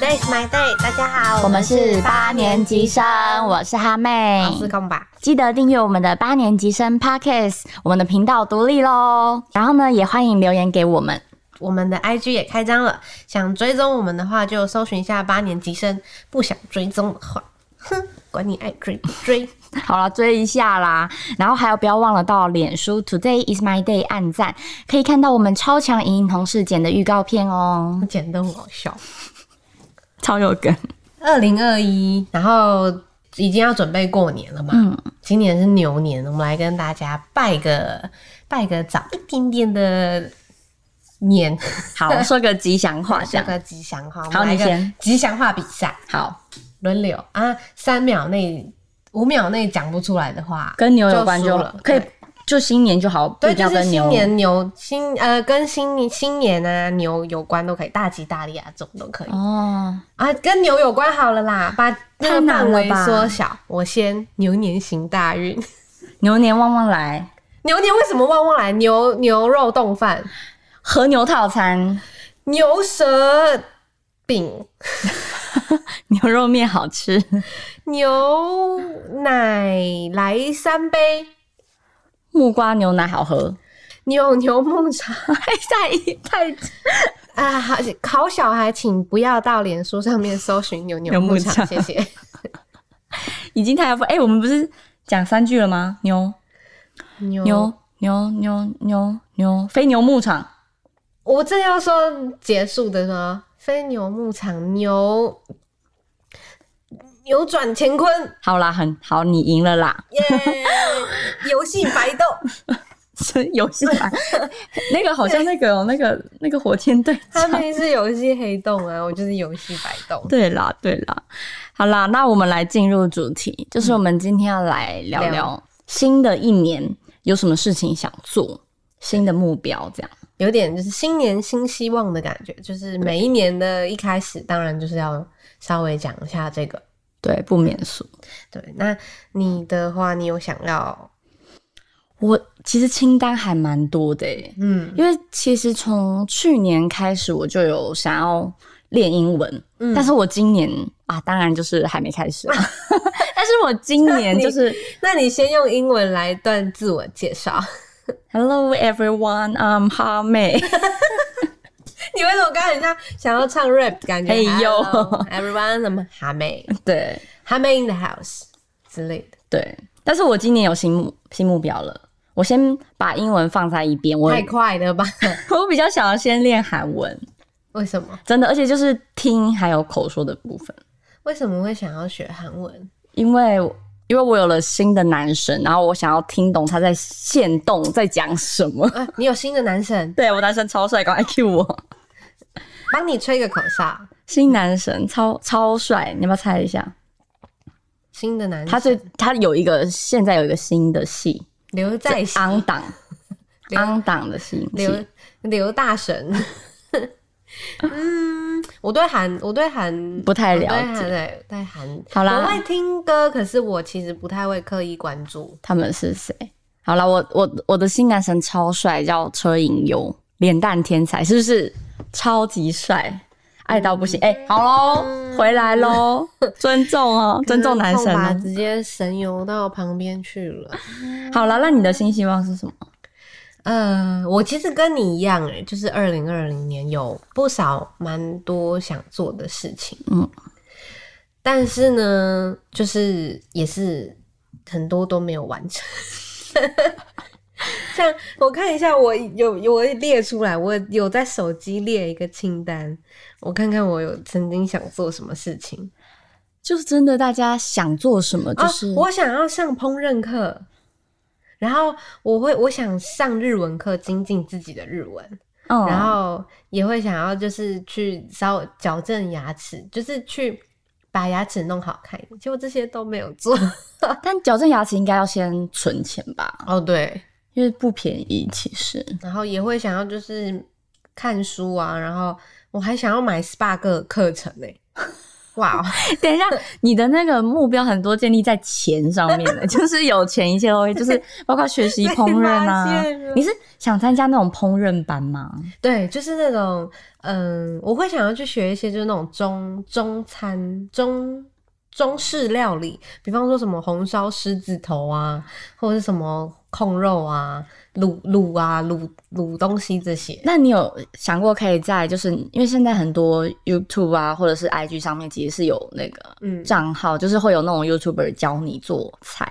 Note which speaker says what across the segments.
Speaker 1: day is my day。大家好，
Speaker 2: 我们是八年级生，我是哈妹
Speaker 1: 我，是空吧。
Speaker 2: 记得订阅我们的八年级生 Podcast，我们的频道独立喽。然后呢，也欢迎留言给我们。
Speaker 1: 我们的 IG 也开张了，想追踪我们的话就搜寻一下八年级生，不想追踪的话，哼，管你爱追不追。
Speaker 2: 好了，追一下啦。然后还有不要忘了到脸书 Today is my day 按赞，可以看到我们超强莹莹同事剪的预告片哦，
Speaker 1: 剪得很好笑。
Speaker 2: 超有梗。
Speaker 1: 二零二一，然后已经要准备过年了嘛，
Speaker 2: 嗯，
Speaker 1: 今年是牛年，我们来跟大家拜个拜个早一点点的年，
Speaker 2: 好，说个吉祥话，这
Speaker 1: 这
Speaker 2: 样
Speaker 1: 个吉祥话。我们
Speaker 2: 好
Speaker 1: 来
Speaker 2: 你
Speaker 1: 个
Speaker 2: 先
Speaker 1: 吉祥话比赛。
Speaker 2: 好，
Speaker 1: 轮流啊，三秒内、五秒内讲不出来的话，
Speaker 2: 跟牛有关
Speaker 1: 就
Speaker 2: 就
Speaker 1: 输了
Speaker 2: 可以
Speaker 1: 对，
Speaker 2: 就新年就好，不一
Speaker 1: 对，
Speaker 2: 定
Speaker 1: 就
Speaker 2: 要
Speaker 1: 是
Speaker 2: 跟牛
Speaker 1: 新。年牛新呃，跟新年新年啊牛有关都可以，大吉大利啊这种都可以、
Speaker 2: 哦，
Speaker 1: 啊，跟牛有关好了啦，把那
Speaker 2: 太
Speaker 1: 个
Speaker 2: 难
Speaker 1: 范
Speaker 2: 了
Speaker 1: 围
Speaker 2: 吧
Speaker 1: 缩小。我先牛年行大运，
Speaker 2: 牛年旺旺来，
Speaker 1: 牛年为什么旺旺来？牛牛肉冻饭、
Speaker 2: 和牛套餐，
Speaker 1: 牛舌饼、
Speaker 2: 牛肉面好吃，
Speaker 1: 牛奶来三杯、
Speaker 2: 木瓜牛奶好喝，
Speaker 1: 牛牛梦茶。
Speaker 2: 太太
Speaker 1: 啊，好，好小孩，请不要到脸书上面搜寻牛牛
Speaker 2: 牛牧
Speaker 1: 牧场，
Speaker 2: 场
Speaker 1: 谢 谢。
Speaker 2: 已经太要不哎、我们不是讲三句了吗？牛
Speaker 1: 牛
Speaker 2: 牛牛牛牛牛，飞牛牧场，
Speaker 1: 我正要说结束的时候，飞牛牧场牛扭转乾坤，
Speaker 2: 好啦，很好，你赢了啦，
Speaker 1: 耶、游戏白豆，
Speaker 2: 是游戏吧？ 那个好像那个、哦、那个那个火箭队
Speaker 1: 他
Speaker 2: 长，
Speaker 1: 们是游戏黑洞啊，我就是游戏白豆。
Speaker 2: 对啦对啦，好啦，那我们来进入主题，就是我们今天要来聊
Speaker 1: 聊
Speaker 2: 聊新的一年有什么事情想做，新的目标这样。
Speaker 1: 有点就是新年新希望的感觉，就是每一年的一开始，当然就是要稍微讲一下这个。
Speaker 2: 对，不免俗。
Speaker 1: 对，那你的话，你有想要
Speaker 2: 我其实清单还蛮多的耶，
Speaker 1: 嗯
Speaker 2: 因为其实从去年开始我就有想要练英文，
Speaker 1: 嗯
Speaker 2: 但是我今年啊，当然就是还没 开始啊，但是我今年就是
Speaker 1: 那你先用英文来一段自我介绍。
Speaker 2: Hello everyone, I'm 哈妹，
Speaker 1: 你为什么刚才很像想要唱 rap 的感觉？
Speaker 2: 哎呦
Speaker 1: Hello, everyone，我们哈妹，
Speaker 2: 对
Speaker 1: 哈妹 in the house 之类的，
Speaker 2: 对，但是我今年有新目新目标了，我先把英文放在一边，我
Speaker 1: 太快了吧？
Speaker 2: 我比较想要先练韩文，
Speaker 1: 为什么？
Speaker 2: 真的，而且就是听还有口说的部分。
Speaker 1: 为什么会想要学韩文？
Speaker 2: 因为因为我有了新的男神，然后我想要听懂他在线动在讲什么。
Speaker 1: 啊，你有新的男神，
Speaker 2: 对我男神超帅，赶快 Q 我！
Speaker 1: 帮你吹个口哨。
Speaker 2: 新男神超超帅，你要不要猜一下？
Speaker 1: 新的男神，
Speaker 2: 他最他有一个现在有一个新的 戏，
Speaker 1: 刘在熙，
Speaker 2: 昂档
Speaker 1: 刘
Speaker 2: 昂档的新
Speaker 1: 刘
Speaker 2: 戏，
Speaker 1: 刘大神。 嗯，我对韩，我对韩
Speaker 2: 不太
Speaker 1: 我对
Speaker 2: 了
Speaker 1: 韩
Speaker 2: 解。
Speaker 1: 对对韩，
Speaker 2: 好啦
Speaker 1: 我会听歌，可是我其实不太会刻意关注。
Speaker 2: 他们是谁？好了，我我我的新男神超帅，叫车银优，脸蛋天才，是不是超级帅？爱到不行，哎、好喽，
Speaker 1: 嗯
Speaker 2: 回 来喽，尊重哦，尊重男神
Speaker 1: 痛嗯吧
Speaker 2: 哦。
Speaker 1: 直接神游到旁边去 了。
Speaker 2: 好了，那你的新希望是什么？
Speaker 1: 呃，我其实跟你一样哎、就是二零二零年有不少蛮多想做的事情，
Speaker 2: 嗯，
Speaker 1: 但是呢，就是也是很多都没有完成。 像我看一下，我有有我列出来，我有在手机列一个清单，我看看我有曾经想做什么事情。
Speaker 2: 就是真的，大家想做什么，就是、
Speaker 1: 啊、我想要上烹饪课，然后我会我想上日文课，精进自己的日文，
Speaker 2: 嗯
Speaker 1: 然后也会想要就是去稍微矫正牙齿，就是去把牙齿弄好看。结果这些都没有做。
Speaker 2: 但矫正牙齿应该要先存钱吧，
Speaker 1: 哦，对，
Speaker 2: 因为不便宜，其实。
Speaker 1: 然后也会想要 就是看书啊，然后我还想要买 SPA 课课程呢、哇哦，
Speaker 2: 等一下，你的那个目标很多建立在钱上面 的，就是有钱一切都会，就是包括学习烹饪啊
Speaker 1: 被发现了。
Speaker 2: 你是想参加那种烹饪班吗？
Speaker 1: 对，就是那种，嗯，我会想要去学一些，就是那种中中餐、中中式料理，比方说什么红烧狮子头啊，或者是什么控肉啊、卤卤啊、卤卤东西这些。
Speaker 2: 那你有想过可以在就是因为现在很多 YouTube 啊或者是 IG 上面其实是有那个
Speaker 1: 嗯，
Speaker 2: 账号，就是会有那种 YouTuber 教你做菜。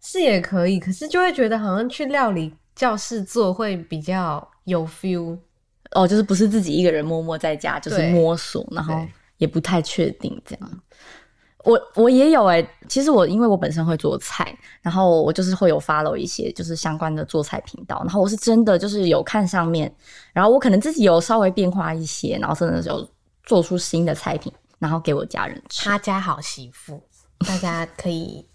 Speaker 1: 是也可以，可是就会觉得好像去料理教室做会比较有 feel。
Speaker 2: 哦，就是不是自己一个人默默在家，就是
Speaker 1: 对
Speaker 2: 摸索，然后
Speaker 1: 对嗯
Speaker 2: 也不太确定这样。我我也有哎、其实我因为我本身会做菜，然后我就是会有 follow 一些就是相关的做菜频道，然后我是真的就是有看上面，然后我可能自己有稍微变化一些，然后真的是有做出新的菜品，然后给我家人吃。
Speaker 1: 他家好媳妇，大家可以，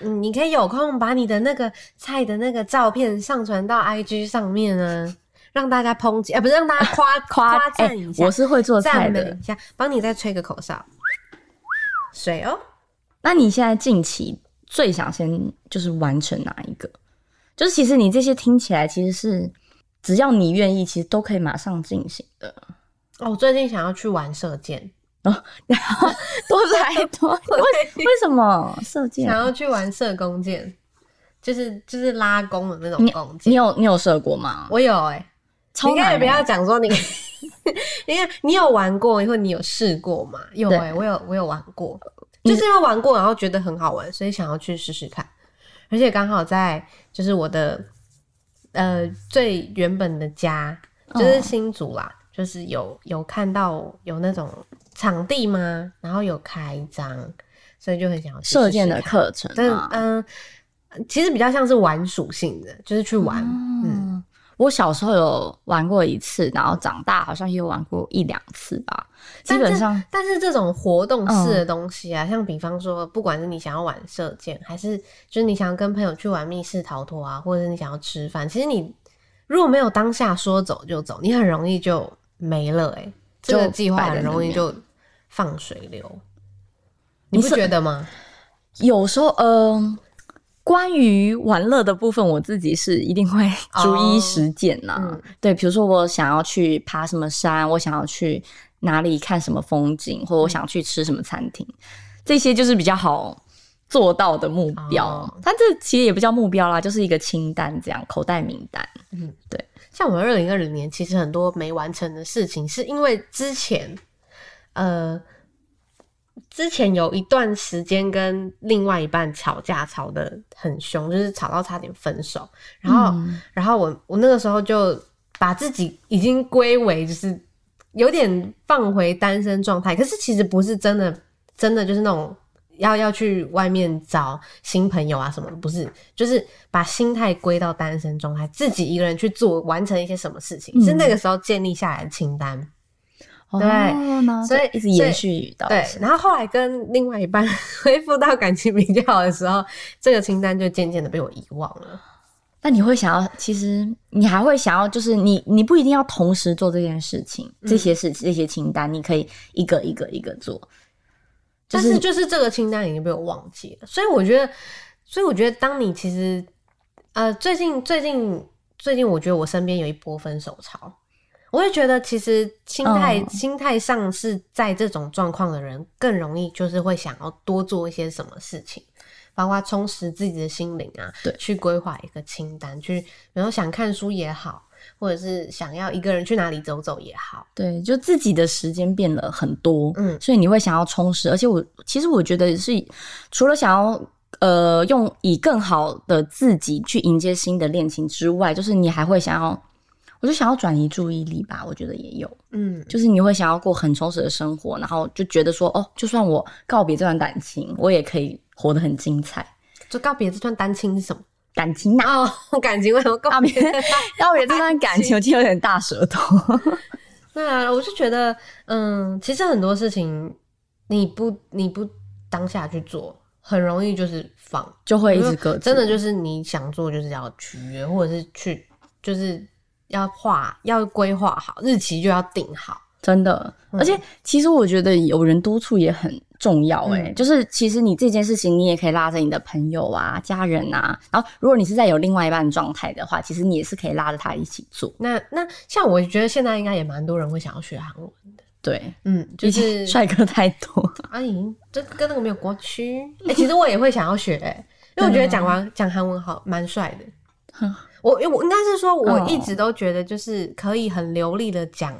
Speaker 1: 嗯，你可以有空把你的那个菜的那个照片上传到 IG 上面啊，让大家抨击，啊，不是让大家 夸夸
Speaker 2: 哎、
Speaker 1: 赞一下，
Speaker 2: 我是会做菜
Speaker 1: 赞美
Speaker 2: 的
Speaker 1: 一。下，帮你再吹个口哨，水哦。
Speaker 2: 那你现在近期最想先就是完成哪一个？就是其实你这些听起来其实是只要你愿意，其实都可以马上进行的。
Speaker 1: 哦，我最近想要去玩射箭，
Speaker 2: 多才多艺，为为什么射箭
Speaker 1: 想
Speaker 2: 啊？
Speaker 1: 要去玩射弓箭，就是就是拉弓的那种
Speaker 2: 你
Speaker 1: 弓箭。
Speaker 2: 你有你有射过吗？
Speaker 1: 我有哎、
Speaker 2: 超
Speaker 1: 你可以
Speaker 2: 难欸
Speaker 1: 不
Speaker 2: 的。
Speaker 1: 要讲说你， 你看你有玩过，或你有试过吗？有
Speaker 2: 对
Speaker 1: 哎、我有我有玩过，
Speaker 2: 你
Speaker 1: 就是因为玩过，然后觉得很好玩，所以想要去试试看。而且刚好在就是我的呃最原本的家，就是新竹
Speaker 2: 嗯
Speaker 1: 啦，就是有有看到有那种场地吗？然后有开张，所以就很想要去试试
Speaker 2: 射箭的
Speaker 1: 看
Speaker 2: 课程
Speaker 1: 但
Speaker 2: 啊，
Speaker 1: 嗯、其实比较像是玩属性的，就是去玩，嗯。
Speaker 2: 嗯，我小时候有玩过一次，然后长大好像也有玩过一两次吧。基
Speaker 1: 但
Speaker 2: 本
Speaker 1: 这
Speaker 2: 上，嗯
Speaker 1: 但是这种活动式的东西啊，像比方说，不管是你想要玩射箭，还是就是你想要跟朋友去玩密室逃脱啊，或者是你想要吃饭，其实你如果没有当下说走就走，你很容易就没了、欸。哎，这个
Speaker 2: 就
Speaker 1: 计划
Speaker 2: 摆在
Speaker 1: 很
Speaker 2: 那
Speaker 1: 容易
Speaker 2: 边
Speaker 1: 就放水流，
Speaker 2: 你
Speaker 1: 你不
Speaker 2: 是
Speaker 1: 觉得吗？
Speaker 2: 有时候，嗯、关于玩乐的部分，我自己是一定会逐一实践呐、
Speaker 1: 嗯
Speaker 2: 对，比如说我想要去爬什么山，我想要去哪里看什么风景，或我想去吃什么餐厅，这些就是比较好做到的目标。
Speaker 1: 哦
Speaker 2: 但这其实也不叫目标啦，就是一个清单这样，口袋名单。
Speaker 1: 像我们二零二零年，其实很多没完成的事情，是因为之前，呃，之前有一段时间跟另外一半吵架，吵得很凶，就是吵到差点分手。然
Speaker 2: 嗯
Speaker 1: 后，然后我我那个时候就把自己已经归为就是有点放回单身状态，可是其实不是真的，真的就是那种。要要去外面找新朋友啊什么的，不是，就是把心态归到单身状态，自己一个人去做完成一些什么事情，
Speaker 2: 嗯
Speaker 1: 是那个时候建立下来的清单。对
Speaker 2: 哦然后
Speaker 1: 所以
Speaker 2: 就一直延续到
Speaker 1: 对，然后后来跟另外一半 恢复到感情比较好的时候，这个清单就渐渐的被我遗忘了。
Speaker 2: 那你会想要，其实你还会想要，就是你你不一定要同时做这件事情，
Speaker 1: 嗯
Speaker 2: 这些事这些清单，你可以一个一个一个做。就
Speaker 1: 但
Speaker 2: 是
Speaker 1: 是就是这个清单已经被我忘记了，所以我觉得，所以我觉得，当你其实，呃，最近最近最近，我觉得我身边有一波分手潮，我也觉得其实心态、
Speaker 2: 嗯
Speaker 1: 心态上是在这种状况的人更容易就是会想要多做一些什么事情。包括充实自己的心灵啊，
Speaker 2: 对
Speaker 1: 去规划一个清单，去然后想看书也好，或者是想要一个人去哪里走走也好，
Speaker 2: 对，就自己的时间变了很多，
Speaker 1: 嗯
Speaker 2: 所以你会想要充实。而且我其实我觉得是，除了想要呃用以更好的自己去迎接新的恋情之外，就是你还会想要，我就想要转移注意力吧，我觉得也有。
Speaker 1: 嗯，
Speaker 2: 就是你会想要过很充实的生活，然后就觉得说，哦，就算我告别这段感情，我也可以活得很精彩。
Speaker 1: 就告别这段单亲是什么？
Speaker 2: 感情 啊，
Speaker 1: 哦， 感情为什么告
Speaker 2: 告
Speaker 1: 别
Speaker 2: 别？告别这段感情，我记得有点大舌头。
Speaker 1: 对啊，我就觉得，嗯，其实很多事情你不你不当下去做，很容易就是放，
Speaker 2: 就会一直搁置
Speaker 1: 真的就是你想做就是要取约，或者是去就是要画要规划好日期就要定好，
Speaker 2: 真的。而且其实我觉得有人督促也很重要、欸，哎、就是其实你这件事情，你也可以拉着你的朋友啊、家人啊，然后如果你是在有另外一半状态的话，其实你也是可以拉着他一起做。
Speaker 1: 那那像我觉得现在应该也蛮多人会想要学韩文，
Speaker 2: 对，
Speaker 1: 嗯，就
Speaker 2: 毕竟
Speaker 1: 是
Speaker 2: 帅哥太多，
Speaker 1: 阿姨，这跟那个没有关系。哎、其实我也会想要学、欸，因为我觉得讲
Speaker 2: 嗯
Speaker 1: 完讲韩文好蛮帅的。我我应该是说，我
Speaker 2: 哦
Speaker 1: 一直都觉得就是可以很流利的讲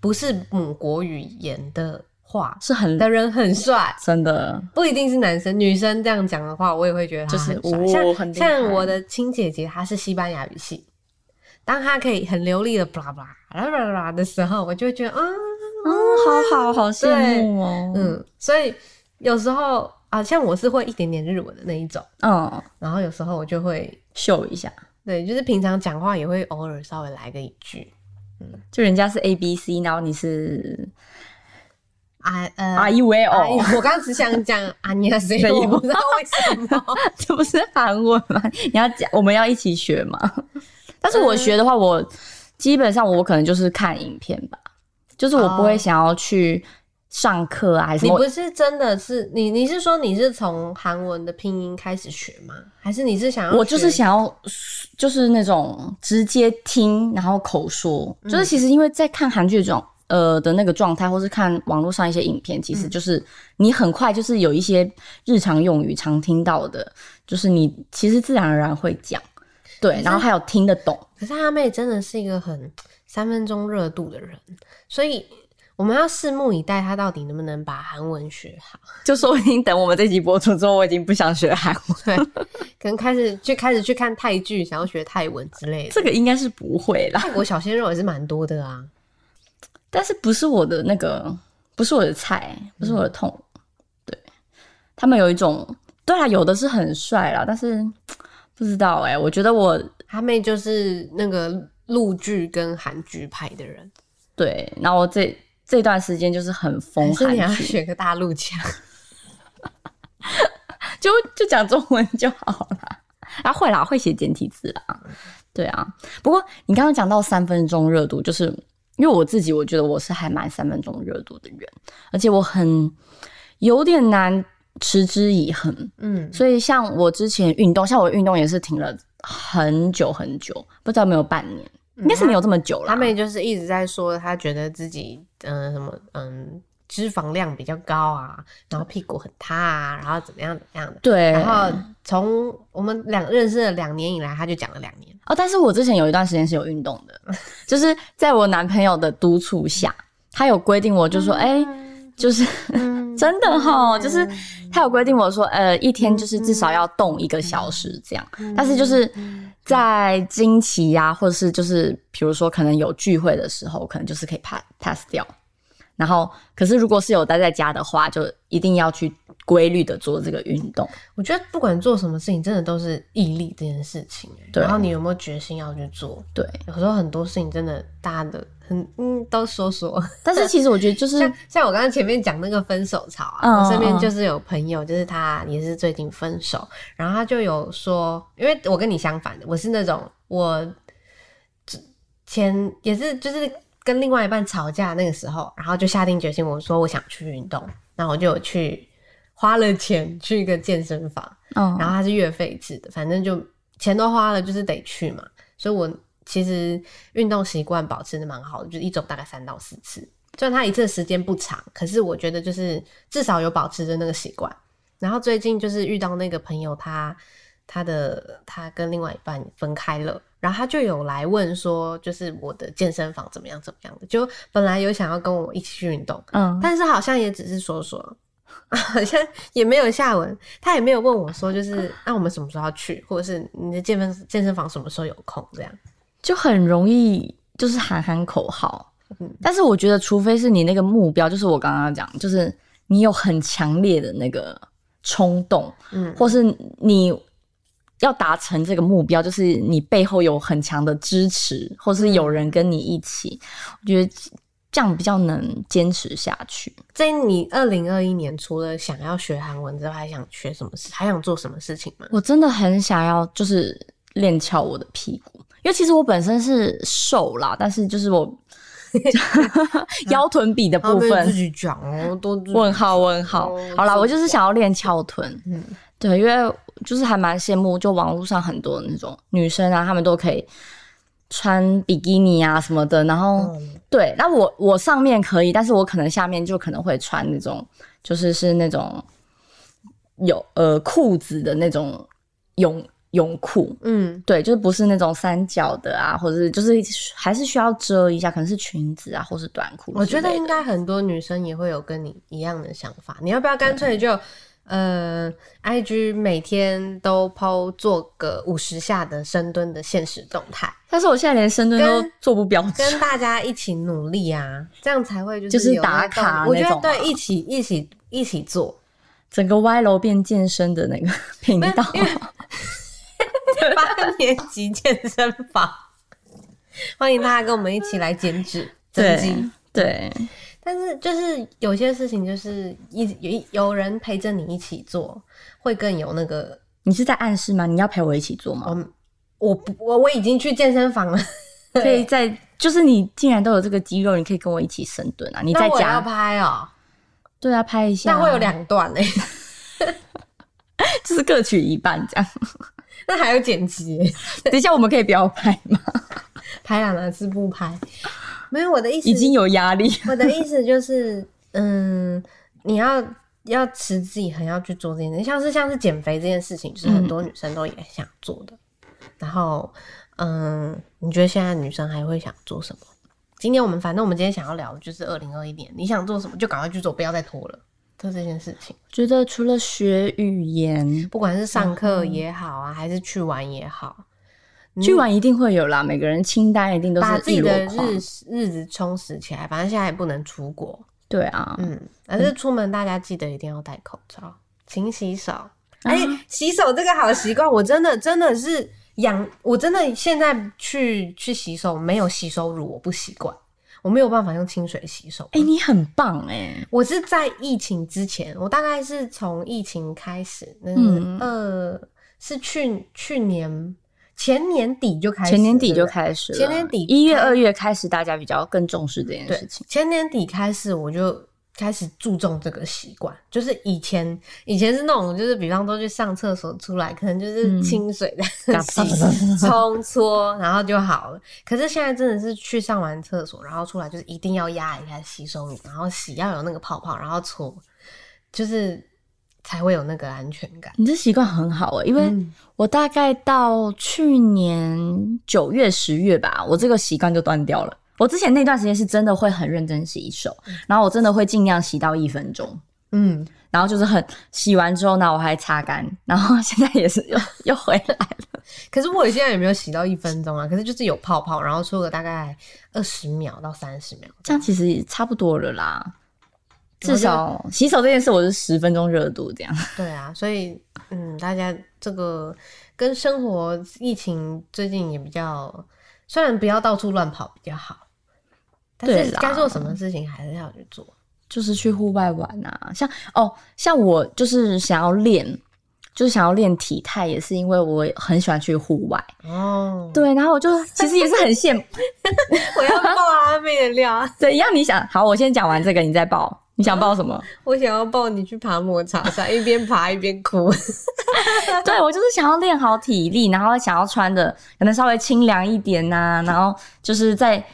Speaker 1: 不是母国语言的话
Speaker 2: 是很
Speaker 1: 的人很帅，
Speaker 2: 真的
Speaker 1: 不一定是男生，女生这样讲的话，我也会觉得他
Speaker 2: 就是
Speaker 1: 很帅
Speaker 2: 哦很
Speaker 1: 像
Speaker 2: 厉害
Speaker 1: 像我的亲姐姐，她是西班牙语系，当她可以很流利的巴拉巴拉巴拉巴拉的时候，我就会觉得啊，
Speaker 2: 嗯，好好好羡慕哦。嗯
Speaker 1: 嗯，所以有时候啊，像我是会一点点日文的那一种，
Speaker 2: 嗯，
Speaker 1: 然后有时候我就会，
Speaker 2: 秀一下，
Speaker 1: 对，就是平常讲话也会偶尔稍微来个一句
Speaker 2: 就人家是 A B C，然后你是
Speaker 1: 啊，呃，
Speaker 2: R E V
Speaker 1: 啊
Speaker 2: O，
Speaker 1: 我刚刚只想讲阿尼亚谁，我不知道为什么，
Speaker 2: 这不是韩文吗？你要讲，我们要一起学吗？ 但是我学的话，我基本上我可能就是看影片吧，就是我不会
Speaker 1: 哦
Speaker 2: 想要去上课啊，还是
Speaker 1: 你
Speaker 2: 什么
Speaker 1: 不是真的是你，你是说你是从韩文的拼音开始学吗？还是你是想要？
Speaker 2: 我就是，想要，就是那种直接听，然后口说。
Speaker 1: 嗯
Speaker 2: 就是其实因为在看韩剧这种呃的那个状态，或是看网络上一些影片，其
Speaker 1: 嗯
Speaker 2: 实就是你很快就是有一些日常用语常听到的，就是你其实自然而然会讲，对，然后还有听得懂。
Speaker 1: 可是阿妹真的是一个很三分钟热度的人，所以我们要拭目以待，她到底能不能把韩文学好。
Speaker 2: 就说不定等我们这集播出之后，我已经不想学韩文，
Speaker 1: 对，可能开始去开始去看泰剧，想要学泰文之类的。
Speaker 2: 这个应该是不会啦。
Speaker 1: 泰国小鲜肉也是蛮多的啊，
Speaker 2: 但是不是我的那个，不是我的菜，不是我的痛。对他们有一种，对啊，有的是很帅啦，但是不知道哎、我觉得我
Speaker 1: 他妹就是那个陆剧跟韩剧派的人，
Speaker 2: 对，然后我这这段时间就是很
Speaker 1: 还
Speaker 2: 疯
Speaker 1: 是你要
Speaker 2: 韩剧，
Speaker 1: 学个大陆 腔？
Speaker 2: 就就讲中文就好啦。啊，会啦，会写简体字啦。对啊，不过你刚刚讲到三分钟热度，就是因为我自己，我觉得我是还蛮三分钟热度的人，而且我很有点难持之以恒。
Speaker 1: 嗯，
Speaker 2: 所以像我之前运动，像我运动也是停了很久很久，不知道有没有半年，应该是没有这么久
Speaker 1: 他
Speaker 2: 啦。
Speaker 1: 妹就是一直在说，她觉得自己嗯、呃什么嗯脂肪量比较高啊，然后屁股很塌啊，然后怎么样怎么样的。
Speaker 2: 对，
Speaker 1: 然后从我们两认识了两年以来，她就讲了两年。
Speaker 2: 哦，但是我之前有一段时间是有运动的，就是在我男朋友的督促下，他有规定我就
Speaker 1: 嗯
Speaker 2: 说，哎、 就是嗯真的哈，就是
Speaker 1: 嗯
Speaker 2: 他有规定我说，呃，一天就是至少要动一个小时这
Speaker 1: 嗯
Speaker 2: 样，但是就是在经期呀、或者是就是比如说可能有聚会的时候，可能就是可以 pass pass 掉。然后，可是如果是有待在家的话，就一定要去规律的做这个运动。
Speaker 1: 我觉得不管做什么事情，真的都是毅力这件事情、欸
Speaker 2: 对
Speaker 1: 然后你有没有决心要去做？
Speaker 2: 对，
Speaker 1: 有时候很多事情真的大家的很嗯都说说，
Speaker 2: 但是其实我觉得就是
Speaker 1: 像像我刚刚前面讲那个分手潮啊，
Speaker 2: 嗯
Speaker 1: 我身边
Speaker 2: 嗯
Speaker 1: 就是有朋友，就是他也是最近分手，然后他就有说，因为我跟你相反的，我是那种我之前也是就是跟另外一半吵架那个时候，然后就下定决心，我说我想去运动，然后我就有去花了钱去一个健身房，
Speaker 2: 嗯
Speaker 1: 然后它是月费制的，反正就钱都花了，就是得去嘛。所以我其实运动习惯保持的蛮好的，就是一周大概三到四次。虽然它一次的时间不长，可是我觉得就是至少有保持着那个习惯。然后最近就是遇到那个朋友他，他的他跟另外一半分开了，然后他就有来问说，就是我的健身房怎么样怎么样的，就本来有想要跟我一起去运动，
Speaker 2: 嗯，
Speaker 1: 但是好像也只是说说， 好像也没有下文。他也没有问我说，就是那、我们什么时候要去，或者是你的健身健身房什么时候有空这样。
Speaker 2: 就很容易就是喊喊口号。
Speaker 1: 嗯
Speaker 2: 但是我觉得，除非是你那个目标，就是我刚刚讲，就是你有很强烈的那个冲动，
Speaker 1: 嗯，
Speaker 2: 或是你要达成这个目标，就是你背后有很强的支持，或是有人跟你一起，
Speaker 1: 嗯
Speaker 2: 我觉得这样比较能坚持下去。
Speaker 1: 这你二零二一年除了想要学韩文之外，还想学什么事？还想做什么事情吗？
Speaker 2: 我真的很想要，就是 练翘我的屁股，因为其实我本身是瘦啦，但是就是我 腰臀比的
Speaker 1: 他
Speaker 2: 部
Speaker 1: 们自
Speaker 2: 分。
Speaker 1: 己讲哦，都自己
Speaker 2: 嗯问号问号
Speaker 1: 哦，
Speaker 2: 好
Speaker 1: 自
Speaker 2: 啦，
Speaker 1: 己
Speaker 2: 我就是想要练翘臀，
Speaker 1: 嗯
Speaker 2: 对，因为就是还蛮羡慕，就网络上很多那种女生啊，她们都可以穿比基尼啊什么的，然后、
Speaker 1: 嗯
Speaker 2: 对，那我我上面可以，但是我可能下面就可能会穿那种，就是是那种有呃裤子的那种泳泳裤，
Speaker 1: 嗯
Speaker 2: 对，就是不是那种三角的啊，或者是就是还是需要遮一下，可能是裙子啊，或是短裤之类的。
Speaker 1: 我觉得应该很多女生也会有跟你一样的想法。你要不要干脆就，呃，IG 每天都抛做个五十下的深蹲的现实动态，
Speaker 2: 但是我现在连深蹲都
Speaker 1: 跟
Speaker 2: 做不标
Speaker 1: 跟
Speaker 2: 准，
Speaker 1: 大家一起努力啊，这样才会就是
Speaker 2: 就是
Speaker 1: 有那
Speaker 2: 打卡
Speaker 1: 动力我觉
Speaker 2: 那
Speaker 1: 得
Speaker 2: 种啊
Speaker 1: 对，一起一起一起做，
Speaker 2: 整个歪楼变健身的那个 频
Speaker 1: 没有
Speaker 2: 道，
Speaker 1: 因为 八年级健身房，欢迎大家跟我们一起来减脂增肌
Speaker 2: 对。对
Speaker 1: 但是就是有些事情，就是一有有人陪着你一起做，会更有那个。
Speaker 2: 你是在暗示吗？你要陪我一起做吗？
Speaker 1: 我我不我我已经去健身房了，
Speaker 2: 可 以在，就是你既然都有这个肌肉，你可以跟我一起深蹲啊！你在
Speaker 1: 那我要
Speaker 2: 家
Speaker 1: 拍哦、
Speaker 2: 对啊，拍一下啊、
Speaker 1: 那会有两段欸嘞、
Speaker 2: 就是各取一半 这样。
Speaker 1: 那还有剪辑、欸
Speaker 2: 等一下我们可以不要拍吗？
Speaker 1: 拍啊哪次不拍？没有我的意思，
Speaker 2: 已经有压力，
Speaker 1: 我的意思就是，嗯，你要要持之以恒要去做这件事，像是像是减肥这件事情，就是很多
Speaker 2: 嗯
Speaker 1: 女生都也想做的。然后，嗯，你觉得现在女生还会想做什么？今天我们反正我们今天想要聊的就是二零二一年，你想做什么就赶快去做，不要再拖了。做这件事情，
Speaker 2: 觉得除了学语言，
Speaker 1: 不管是上课也好
Speaker 2: 嗯
Speaker 1: 啊，还是去玩也好，
Speaker 2: 去玩一定会有啦，每个人清单一定都
Speaker 1: 把
Speaker 2: 是
Speaker 1: 自己的
Speaker 2: 一箩筐
Speaker 1: 日日子充实起来。反正现在也不能出国，
Speaker 2: 对啊，
Speaker 1: 嗯，但是出门大家记得一定要戴口罩，勤洗手。
Speaker 2: 啊
Speaker 1: 而且洗手这个好习惯，我真的真的是养，我真的现在去去洗手没有洗手乳，我不习惯，我没有办法用清水洗手。
Speaker 2: 哎、你很棒哎、
Speaker 1: 我是在疫情之前，我大概是从疫情开始，那
Speaker 2: 嗯
Speaker 1: 呃是去去年前年底就开始，
Speaker 2: 前年底就
Speaker 1: 始。
Speaker 2: 开始了，
Speaker 1: 前年底
Speaker 2: 一月、
Speaker 1: 开
Speaker 2: 二月开始，大家比较更重视这件
Speaker 1: 对
Speaker 2: 事情，。
Speaker 1: 前年底开始我就开始注重这个习惯，就是以前以前是那种，就是比方说去上厕所出来，可能就是
Speaker 2: 嗯
Speaker 1: 清水
Speaker 2: 这
Speaker 1: 的
Speaker 2: 样
Speaker 1: 洗、冲搓，然后就好了。可是现在真的是去上完厕所，然后出来就是一定要压一下洗手乳，然后洗要有那个泡泡，然后搓，就是才会有那个安全感。
Speaker 2: 你这习惯很好哎、因为
Speaker 1: 嗯
Speaker 2: 我大概到去年九月、十月吧，我这个习惯就断掉了。我之前那段时间是真的会很认真洗手，然后我真的会尽量洗到一分钟，
Speaker 1: 嗯，
Speaker 2: 然后就是很洗完之后呢，我还擦干， 然后现在也是 又又回来了。
Speaker 1: 可是我现在也没有洗到一分钟啊，可是就是有泡泡，然后搓个大概二十秒到三十秒，
Speaker 2: 这样其实差不多了啦，
Speaker 1: 我觉得
Speaker 2: 至少洗手这件事我是十分钟热度这样。
Speaker 1: 对啊，所以嗯，大家这个跟生活疫情最近也比较，虽然不要到处乱跑比较好，但
Speaker 2: 对
Speaker 1: 是
Speaker 2: 啦
Speaker 1: 该做什么事情还是要去做。
Speaker 2: 就是去户外玩啊，像哦，像我就是想要练，就是想要练体态，也是因为我很喜欢去户外。
Speaker 1: 哦，
Speaker 2: 对，然后我就其实也是很羡慕。
Speaker 1: 我要爆阿妹的料啊！
Speaker 2: 怎样？你想好，我先讲完这个，你再报。你想报什么？
Speaker 1: 我想要抱你去爬抹茶山，一边爬一边哭。
Speaker 2: 对我就是想要练好体力，然后想要穿的可能稍微清凉一点呐、然后就是在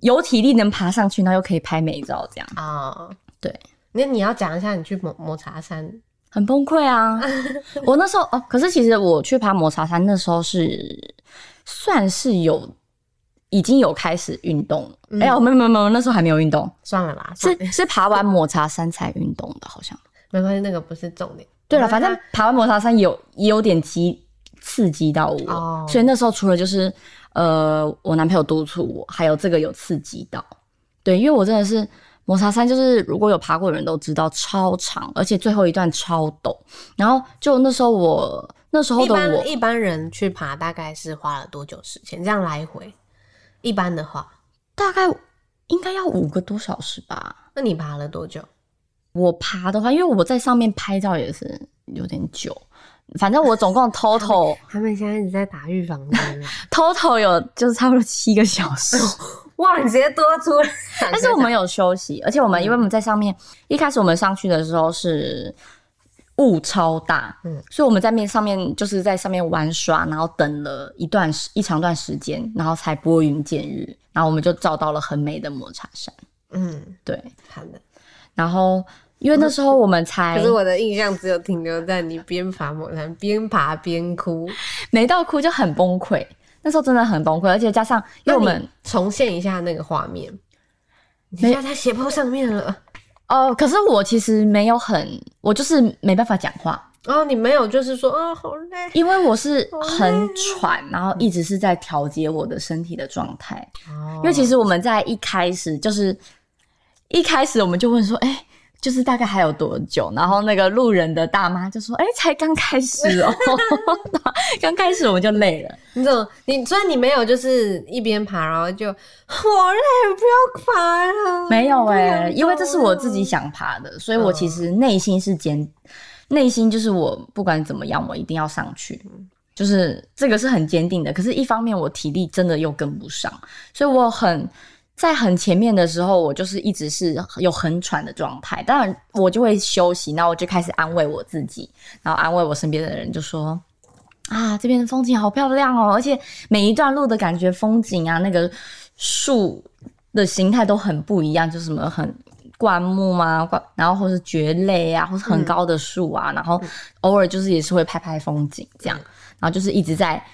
Speaker 2: 有体力能爬上去，然后又可以拍美照，这样
Speaker 1: 啊、
Speaker 2: 对。
Speaker 1: 那你要讲一下你去抹抹茶山，
Speaker 2: 很崩溃啊！我那时候哦，可是其实我去爬抹茶山那时候是算是有已经有开始运动了，哎呀，没有没有没有，那时候还没有运动，
Speaker 1: 算了啦，算了
Speaker 2: 是是爬完抹茶山才运动的，好像。
Speaker 1: 没关系，那个不是重点。
Speaker 2: 对了，
Speaker 1: 反
Speaker 2: 反
Speaker 1: 正
Speaker 2: 正爬完摩擦山有也有点激刺激到我，
Speaker 1: 哦
Speaker 2: 所以那时候除了就是呃，我男朋友督促我，还有这个有刺激到，对，因为我真的是摩擦山，就是如果有爬过的人都知道超长，而且最后一段超陡，然后就那时候我那时候
Speaker 1: 一
Speaker 2: 的我
Speaker 1: 般一般人去爬大概是花了多久时间？这样来回，一般的话，
Speaker 2: 大概应该要五个多小时吧，
Speaker 1: 那你爬了多久？
Speaker 2: 我爬的话，因为我在上面拍照也是有点久，反正我总共 total
Speaker 1: 他们现在一直在打预防针啊。
Speaker 2: total 有就是差不多七个小时。
Speaker 1: 哇，你直接多出来。
Speaker 2: 但是我们有休息，而且我
Speaker 1: 嗯
Speaker 2: 们因为我们在上面、一开始我们上去的时候是雾超大，
Speaker 1: 嗯
Speaker 2: 嗯，所以我们在面上面就是在上面玩耍，然后等了一段时一长段时间，然后才拨云见日，然后我们就照到了很美的抹茶山，
Speaker 1: 嗯，
Speaker 2: 对，
Speaker 1: 好的。
Speaker 2: 然后因为那时候我们才
Speaker 1: 可是我的印象只有停留在你边爬猛山边爬边哭，
Speaker 2: 没到哭就很崩溃，那时候真的很崩溃，而且加上因为我
Speaker 1: 那
Speaker 2: 们
Speaker 1: 你重现一下那个画面。你现在在斜坡上面了，
Speaker 2: 哦，可是我其实没有很，我就是没办法讲话，
Speaker 1: 哦，你没有就是说啊、好累
Speaker 2: 因为我是
Speaker 1: 好累
Speaker 2: 很
Speaker 1: 啊
Speaker 2: 喘，然后一直是在调节我的身体的状态。
Speaker 1: 哦，
Speaker 2: 因为其实我们在一开始就是一开始我们就问说，哎、就是大概还有多久？然后那个路人的大妈就说：“哎、才刚开始哦， 刚开始我们就累了。
Speaker 1: 你怎么你虽然你没有就是一边爬，然后就我累，不要爬了，”
Speaker 2: 没有哎、
Speaker 1: 不想
Speaker 2: 因为这是我自己
Speaker 1: 动嗯
Speaker 2: 想爬的，所以我其实内心是坚，内心就是我不管怎么样，我一定要上去，
Speaker 1: 嗯
Speaker 2: 就是这个是很坚定的。可是，一方面我体力真的又跟不上，所以我很在很前面的时候，我就是一直是有很喘的状态。当然，我就会休息，然后我就开始安慰我自己，然后安慰我身边的人，就说。啊，这边的风景好漂亮哦，而且每一段路的感觉、风景啊，那个树的形态都很不一样，就是什么很灌木啊，灌，然后或是蕨类啊，或是很高的树啊，然后偶尔就是也是会拍拍风景这样，然后就是一直在，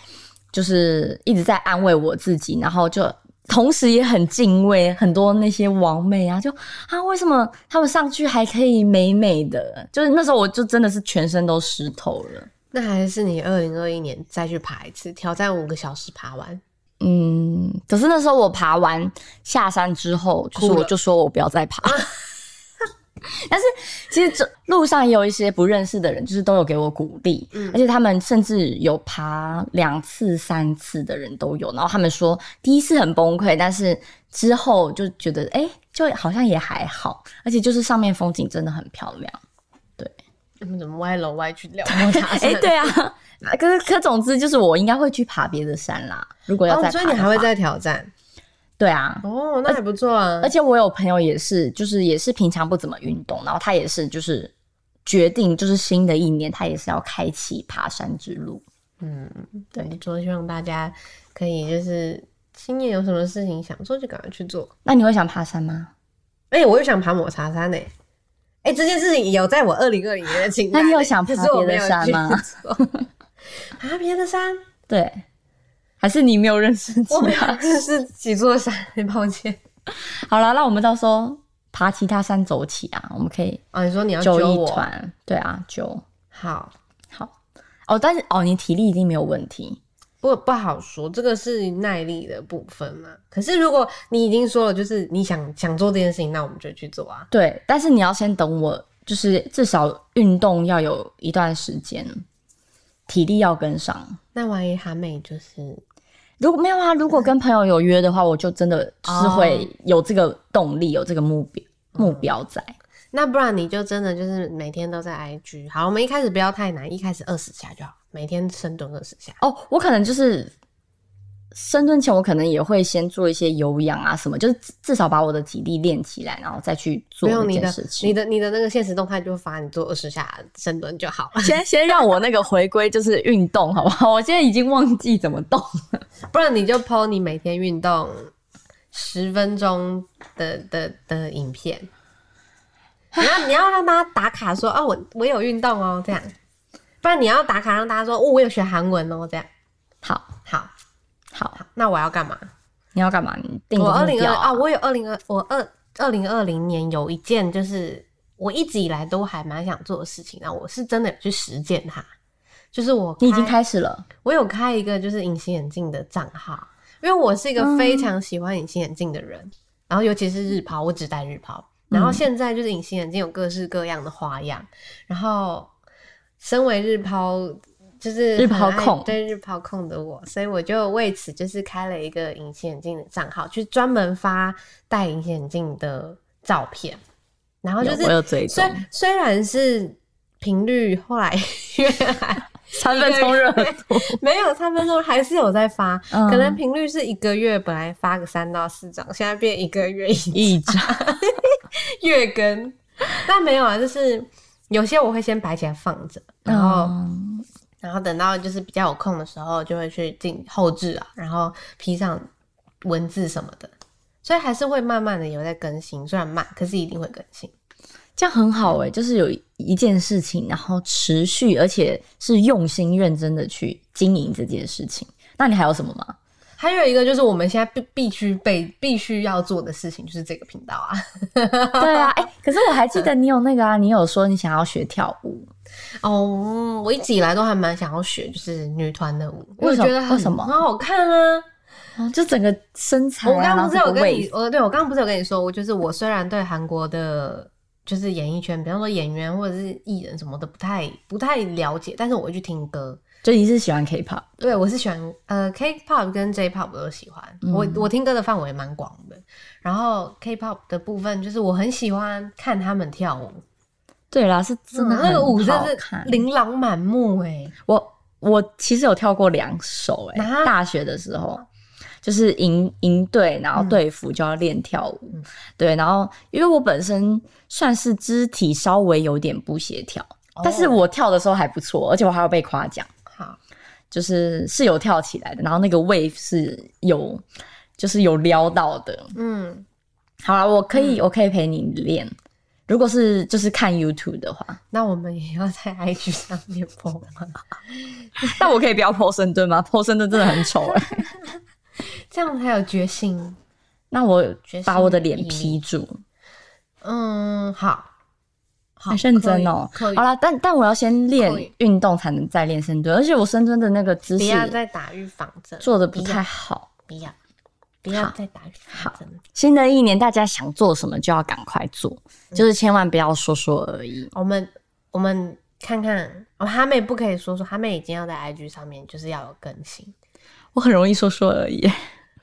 Speaker 2: 就是一直在安慰我自己，然后就。同时也很敬畏很多那些王妹啊，就啊，为什么他们上去还可以美美的？就是那时候我就真的是全身都湿透了。
Speaker 1: 那还是你二零二一年再去爬一次，挑战五个小时爬完。
Speaker 2: 嗯，可是那时候我爬完下山之后，就是
Speaker 1: 哭了
Speaker 2: 我就说我不要 再爬。 但是其实这路上也有一些不认识的人，就是都有给我鼓励，
Speaker 1: 嗯
Speaker 2: 而且他们甚至有爬两次、三次的人都有。然后他们说第一次很崩溃，但是之后就觉得哎、诶就好像也还好，而且就是上面风景真的很漂 亮。
Speaker 1: 你们怎么歪楼歪去聊 抹茶
Speaker 2: 哎、
Speaker 1: 山？
Speaker 2: 对啊， 可是可总之就是我应该会去爬别的山啦。如果要再爬
Speaker 1: 哦，
Speaker 2: 的
Speaker 1: 所
Speaker 2: 话、
Speaker 1: 以你还会再挑战
Speaker 2: 对啊，
Speaker 1: 哦，那还不错啊
Speaker 2: 而。且我有朋友也是，就是也是平常不怎么运动，然后他也是就是决定，就是新的一年他也是要开启爬山之路。
Speaker 1: 嗯，
Speaker 2: 对
Speaker 1: 没错，希望大家可以就是今年有什么事情想做就赶快去做。
Speaker 2: 那你会想爬山吗？
Speaker 1: 哎、我又想爬抹茶山呢、哎、这件事情有在我二零二零年的清单、
Speaker 2: 那你有想爬
Speaker 1: 可是我没有
Speaker 2: 别的山吗
Speaker 1: 去做？ 爬别的山，
Speaker 2: 对，还是你没有认识其
Speaker 1: 我没有
Speaker 2: 他？
Speaker 1: 这是几座山， 抱歉。
Speaker 2: 好了，那我们到时候爬其他山走起啊，我们可以
Speaker 1: 哦，你说你要
Speaker 2: 揪
Speaker 1: 揪
Speaker 2: 一
Speaker 1: 我，
Speaker 2: 团。对啊，揪
Speaker 1: 好，
Speaker 2: 好。哦，但是哦，你体力一定没有问题。
Speaker 1: 不不好说，这个是耐力的部分嘛。可是如果你已经说了，就是你想想做这件事情，那我们就去做啊。
Speaker 2: 对，但是你要先等我，就是至少运动要有一段时间，体力要跟上。
Speaker 1: 那万一韩美就是
Speaker 2: 如果没有啊，如果跟朋友有约的话，我就真的就是会有这个动力，有这个目标目标在。
Speaker 1: 那不然你就真的就是每天都在 IG。好，我们一开始不要太难，一开始二十下就好，每天深蹲二十下。
Speaker 2: 哦，我可能就是深蹲前，我可能也会先做一些有氧啊什么，就是至至少把我的体力练起来，然后再去做
Speaker 1: 不用
Speaker 2: 那
Speaker 1: 你
Speaker 2: 件
Speaker 1: 的
Speaker 2: 事，情
Speaker 1: 你。的你的那个现实动态就发你做二十下深蹲就好了，
Speaker 2: 先先让我那个回归就是运动，好不好？我现在已经忘记怎么动。
Speaker 1: 不然你就 PO 你每天运动十分钟的的的影片。 你要你要让大家打卡说哦，我我有运动哦，这样。不然你要打卡让大家说哦，我有学韩文哦，这样。
Speaker 2: 好
Speaker 1: 好，
Speaker 2: 好，
Speaker 1: 那我要干嘛？
Speaker 2: 你要干嘛？你定个
Speaker 1: 我二
Speaker 2: 目
Speaker 1: 零
Speaker 2: 标
Speaker 1: 二
Speaker 2: 啊、
Speaker 1: 啊，我有二零二，我二二零二零年有一件就是我一直以来都还蛮想做的事情，那我是真的有去实践它。就是我
Speaker 2: 你已经开始了。
Speaker 1: 我有开一个就是隐形眼镜的账号，因为我是一个非
Speaker 2: 嗯
Speaker 1: 常喜欢隐形眼镜的人，然后尤其是日抛，我只戴日抛。然
Speaker 2: 嗯
Speaker 1: 后现在就是隐形眼镜有各式各样的花样，然后身为日抛就是
Speaker 2: 日抛
Speaker 1: 很爱
Speaker 2: 控
Speaker 1: 对日抛控的我，所以我就为此就是开了一个隐形眼镜的账号，去专门发戴隐形眼镜的照片，然后就
Speaker 2: 有
Speaker 1: 是
Speaker 2: 我有追踪
Speaker 1: 虽，虽然是频率后来 月
Speaker 2: 三分钟热 度，
Speaker 1: 没有三分钟还是有在发，
Speaker 2: 嗯
Speaker 1: 可能频率是一个月本来发个三到四张，现在变一个月一
Speaker 2: 一张
Speaker 1: 月更，但没有啊，就是有些我会先摆起来放着，然后、
Speaker 2: 嗯
Speaker 1: 然后等到就是比较有空的时候，就会去进后置啊，然后披上文字什么的，所以还是会慢慢的有在更新，虽然慢，可是一定会更新。
Speaker 2: 这样很好哎、
Speaker 1: 嗯
Speaker 2: 就是有一件事情，然后持续，而且是用心认真的去经营这件事情。那你还有什 么吗？
Speaker 1: 还有一个就是我们现在必必须被必须要做的事情，就是这个频道啊。
Speaker 2: 对啊，哎、可是我还记得
Speaker 1: 嗯
Speaker 2: 你有那个啊，你有说你想要学跳舞，
Speaker 1: 哦，我一直以来都还蛮想要学，就是女团的舞，因
Speaker 2: 为什
Speaker 1: 我
Speaker 2: 么
Speaker 1: 觉得很
Speaker 2: 为什么
Speaker 1: 很好看啊？
Speaker 2: 哦就整个身材、啊，
Speaker 1: 我刚刚不是
Speaker 2: 然后
Speaker 1: 有
Speaker 2: 这个
Speaker 1: 跟你，
Speaker 2: waist
Speaker 1: 我对我刚刚不是有跟你说，我就是我虽然对韩国的，就是演艺圈，比方说演员或者是艺人什么的不太不太了解，但是我会去听歌。
Speaker 2: 就你是喜欢 K-pop，
Speaker 1: 对，我是喜欢呃 K-pop 跟 J-pop 我都喜欢，
Speaker 2: 嗯
Speaker 1: 我我听歌的范围蛮广的。然后 K-pop 的部分就是我很喜欢看他们跳舞，
Speaker 2: 对啦，是真的、
Speaker 1: 嗯那个舞真的是
Speaker 2: 看。
Speaker 1: 琳琅满目哎、
Speaker 2: 我我其实有跳过两首、欸，
Speaker 1: 啊
Speaker 2: 大学的时候。就是营营队，然后
Speaker 1: 嗯
Speaker 2: 队服就要练跳舞，
Speaker 1: 嗯
Speaker 2: 对，然后因为我本身算是肢体稍微有点不协调，但是
Speaker 1: 哦
Speaker 2: 我跳的时候还不错，而且我还有被夸奖，
Speaker 1: 好
Speaker 2: 就是是有跳起来的，然后那个 wave 是有就是有撩到的。
Speaker 1: 嗯。
Speaker 2: 好了，我可以、我可以陪你练，如果是就是看 YouTube 的话，
Speaker 1: 那我们也要在 IG 上面播吗？
Speaker 2: 但我可以不要 p o 深蹲吗 p o 深蹲真的很丑哎、
Speaker 1: 这样才有决心。
Speaker 2: 那我
Speaker 1: 决心
Speaker 2: 把我的脸
Speaker 1: 毅力
Speaker 2: 劈住。
Speaker 1: 嗯，好，好
Speaker 2: 很认真哦。
Speaker 1: 可以，可
Speaker 2: 好
Speaker 1: 以
Speaker 2: 啦，但但我要先练
Speaker 1: 可以
Speaker 2: 运动才能再练深蹲，而且我深蹲的那个姿
Speaker 1: 不
Speaker 2: 势
Speaker 1: 要再打预防针，
Speaker 2: 做的不太好。
Speaker 1: 不要，不要
Speaker 2: 好
Speaker 1: 再打预防针。
Speaker 2: 新的一年大家想做什么就要赶快做，就是千万不要说说而已。
Speaker 1: 我们我们看看，哦，哈妹不可以说说，哈妹已经要在 IG 上面就是要有更新，
Speaker 2: 我很容易说说而已。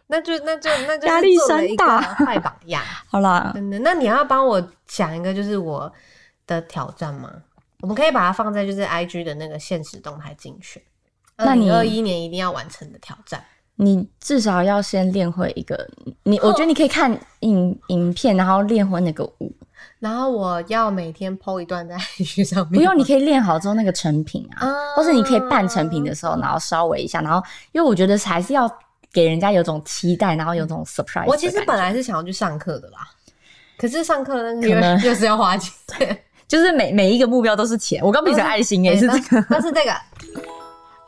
Speaker 1: 那就那就那就
Speaker 2: 压力
Speaker 1: 是做了一个
Speaker 2: 山大
Speaker 1: 坏榜样，
Speaker 2: 好啦，
Speaker 1: 啊真的。那你要帮我想一个就是我的挑战吗？我们可以把它放在就是 IG 的那个现实动态竞选，
Speaker 2: 那
Speaker 1: 二
Speaker 2: 你
Speaker 1: 零二一年一定要完成的挑战。
Speaker 2: 你至少要先练会一个，你我觉得你可以看影影片，然后练会那个舞。
Speaker 1: 然后我要每天 PO 一段在 IG 上面吗，
Speaker 2: 不用，你可以练好之后那个成品啊，
Speaker 1: 啊
Speaker 2: 或是你可以半成品的
Speaker 1: 嗯
Speaker 2: 时候，然后稍微一下，然后因为我觉得还是要给人家有种期待，然后有种 surprise 的感觉。
Speaker 1: 我其实本来是想要去上课的啦，可是上课那个
Speaker 2: 可能
Speaker 1: 又又是 要花钱，
Speaker 2: 就是每每一个目标都是钱，我刚变成爱心也
Speaker 1: 哎
Speaker 2: 是
Speaker 1: 都
Speaker 2: 这个，
Speaker 1: 都是这个，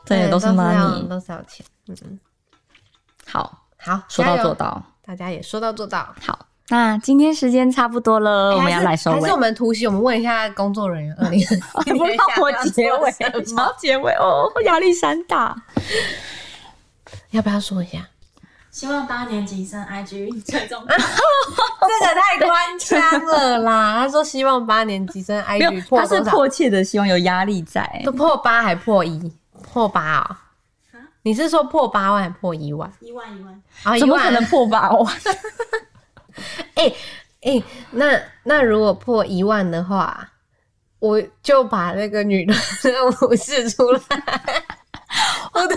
Speaker 2: 对，都是
Speaker 1: 要
Speaker 2: money。
Speaker 1: 都是要钱。嗯嗯，
Speaker 2: 好，
Speaker 1: 好，
Speaker 2: 说
Speaker 1: 加
Speaker 2: 到
Speaker 1: 油
Speaker 2: 做，到。
Speaker 1: 大家也说到做到。
Speaker 2: 好，那今天时间差不多了，
Speaker 1: 哎
Speaker 2: 我们要
Speaker 1: 还是
Speaker 2: 来收
Speaker 1: 还
Speaker 2: 尾
Speaker 1: 是我。们突袭，我们问一下工作人员二零二 一
Speaker 2: 不
Speaker 1: 年
Speaker 2: 让我结尾，
Speaker 1: 想要做什
Speaker 2: 不
Speaker 1: 么
Speaker 2: 要结尾哦，压力山大。
Speaker 1: 要不要说一下？
Speaker 3: 希望八年级生 IG 最终
Speaker 2: 哦
Speaker 1: 这个太官腔了啦！他说希望八年级生
Speaker 2: 没有
Speaker 1: IG，破哎
Speaker 2: 他是
Speaker 1: 多少？
Speaker 2: 迫切的希望有压力在。
Speaker 1: 都破八还破一？破八啊、
Speaker 3: 啊
Speaker 1: 你是说破八万还破一万？
Speaker 3: 一万一万，
Speaker 1: 啊、一
Speaker 2: 怎么
Speaker 1: 万
Speaker 2: 可能？破八万？
Speaker 1: 哎、哎、那那如果破一万的话，我就把那个女的 我试出来。 我对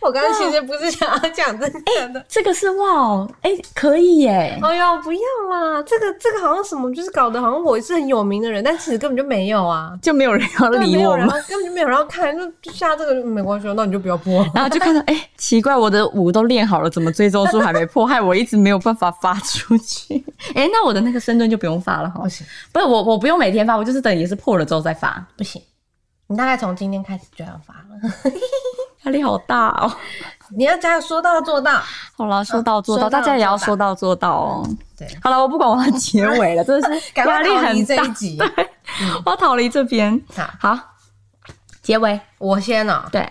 Speaker 1: 我刚刚其实不是想要讲这个的。
Speaker 2: 这个是哇哦，哎，可以耶！
Speaker 1: 哎呦，不要啦！这个这个好像什么，就是搞得好像我是很有名的人，但其实根本就没有啊，
Speaker 2: 就没有人要
Speaker 1: 根本
Speaker 2: 理
Speaker 1: 没有
Speaker 2: 我
Speaker 1: 人
Speaker 2: 们
Speaker 1: 要，，根本就没有人要看，就就下这个就没关系，那你就不要 播。
Speaker 2: 然后就看到哎，奇怪，我的舞都练好了，怎么追踪数还没破？害我一直没有办法发出去。 哦哎，那我的那个深蹲就不用发了哈
Speaker 1: 不。行
Speaker 2: 不是我，我不用每天发，我就是等也是破了之后再发。
Speaker 1: 不行，你大概从今天开始就要发了，
Speaker 2: 压力好大哦。
Speaker 1: 你要加油，说到做到。
Speaker 2: 好了，说到做到，
Speaker 1: 说到
Speaker 2: 大家也要
Speaker 1: 做
Speaker 2: 说到做到哦。
Speaker 1: 对，
Speaker 2: 好了，我不管，我要结尾了，真的 是
Speaker 1: 赶
Speaker 2: 压
Speaker 1: 快
Speaker 2: 力
Speaker 1: 逃离
Speaker 2: 很
Speaker 1: 这一
Speaker 2: 大。
Speaker 1: 集。
Speaker 2: 我要逃离这边。
Speaker 1: 好，
Speaker 2: 好，结尾
Speaker 1: 我先哦、
Speaker 2: 对，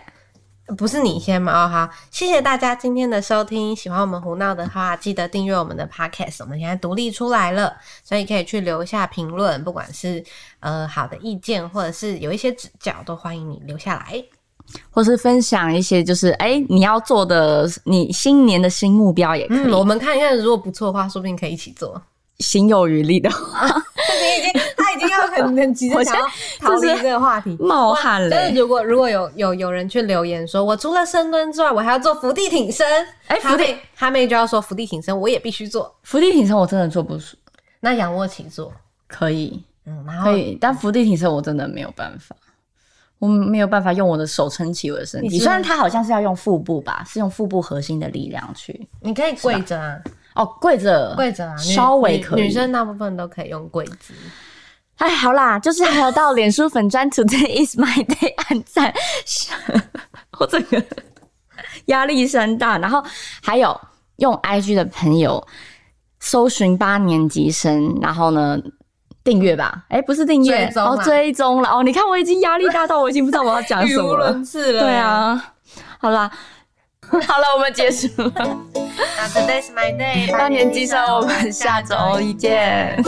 Speaker 1: 不是你先吗？哦，好，谢谢大家今天的收听。喜欢我们胡闹的话，记得订阅我们的 podcast。我们现在独立出来了，所以可以去留下评论，不管是呃好的意见，或者是有一些指教，都欢迎你留下来。
Speaker 2: 或是分享一些就是哎、你要做的，你新年的新目标也可
Speaker 1: 嗯，
Speaker 2: 以，
Speaker 1: 我们看一看，如果不错的话，说不定可以一起做。
Speaker 2: 行有余力的话，
Speaker 1: 你已经他在已经要很很急着想要逃离这个话 题。
Speaker 2: 冒汗
Speaker 1: 但
Speaker 2: 嘞
Speaker 1: 是！如果如果有有有人去留言说，我除了深蹲之外，我还要做伏地挺身。
Speaker 2: 哎
Speaker 1: 哈
Speaker 2: 伏地
Speaker 1: 妹哈妹就要说伏地挺身，我也必须做。
Speaker 2: 伏地挺身我真的做不出，
Speaker 1: 那仰卧起坐，
Speaker 2: 可以
Speaker 1: 嗯，然后
Speaker 2: 可以，但伏地挺身我真的没有办法，我没有办法用我的手撑起我的身
Speaker 1: 你
Speaker 2: 体。
Speaker 1: 是
Speaker 2: 虽然它好像是要用腹部吧，是用腹部核心的力量去
Speaker 1: 你可以跪着啊，
Speaker 2: 哦，跪着
Speaker 1: 跪着啊，女
Speaker 2: 稍微
Speaker 1: 女
Speaker 2: 可以。
Speaker 1: 女生大部分都可以用跪姿。
Speaker 2: 哎，好啦，就是还有到脸书粉专 Today is my day 按赞，我整个压力山大。然后还有用 IG 的朋友搜寻八年级生，然后呢订阅吧，哎、不是订阅
Speaker 1: 追踪
Speaker 2: 哦
Speaker 1: 嘛，
Speaker 2: 追踪了哦。你看我已经压力大到我已经不知道我要讲什么了。
Speaker 1: 次
Speaker 2: 对，啊，好啦， 好了，我们结束了。
Speaker 1: 那 Today's my day，
Speaker 2: 八年级生，我们下周一见。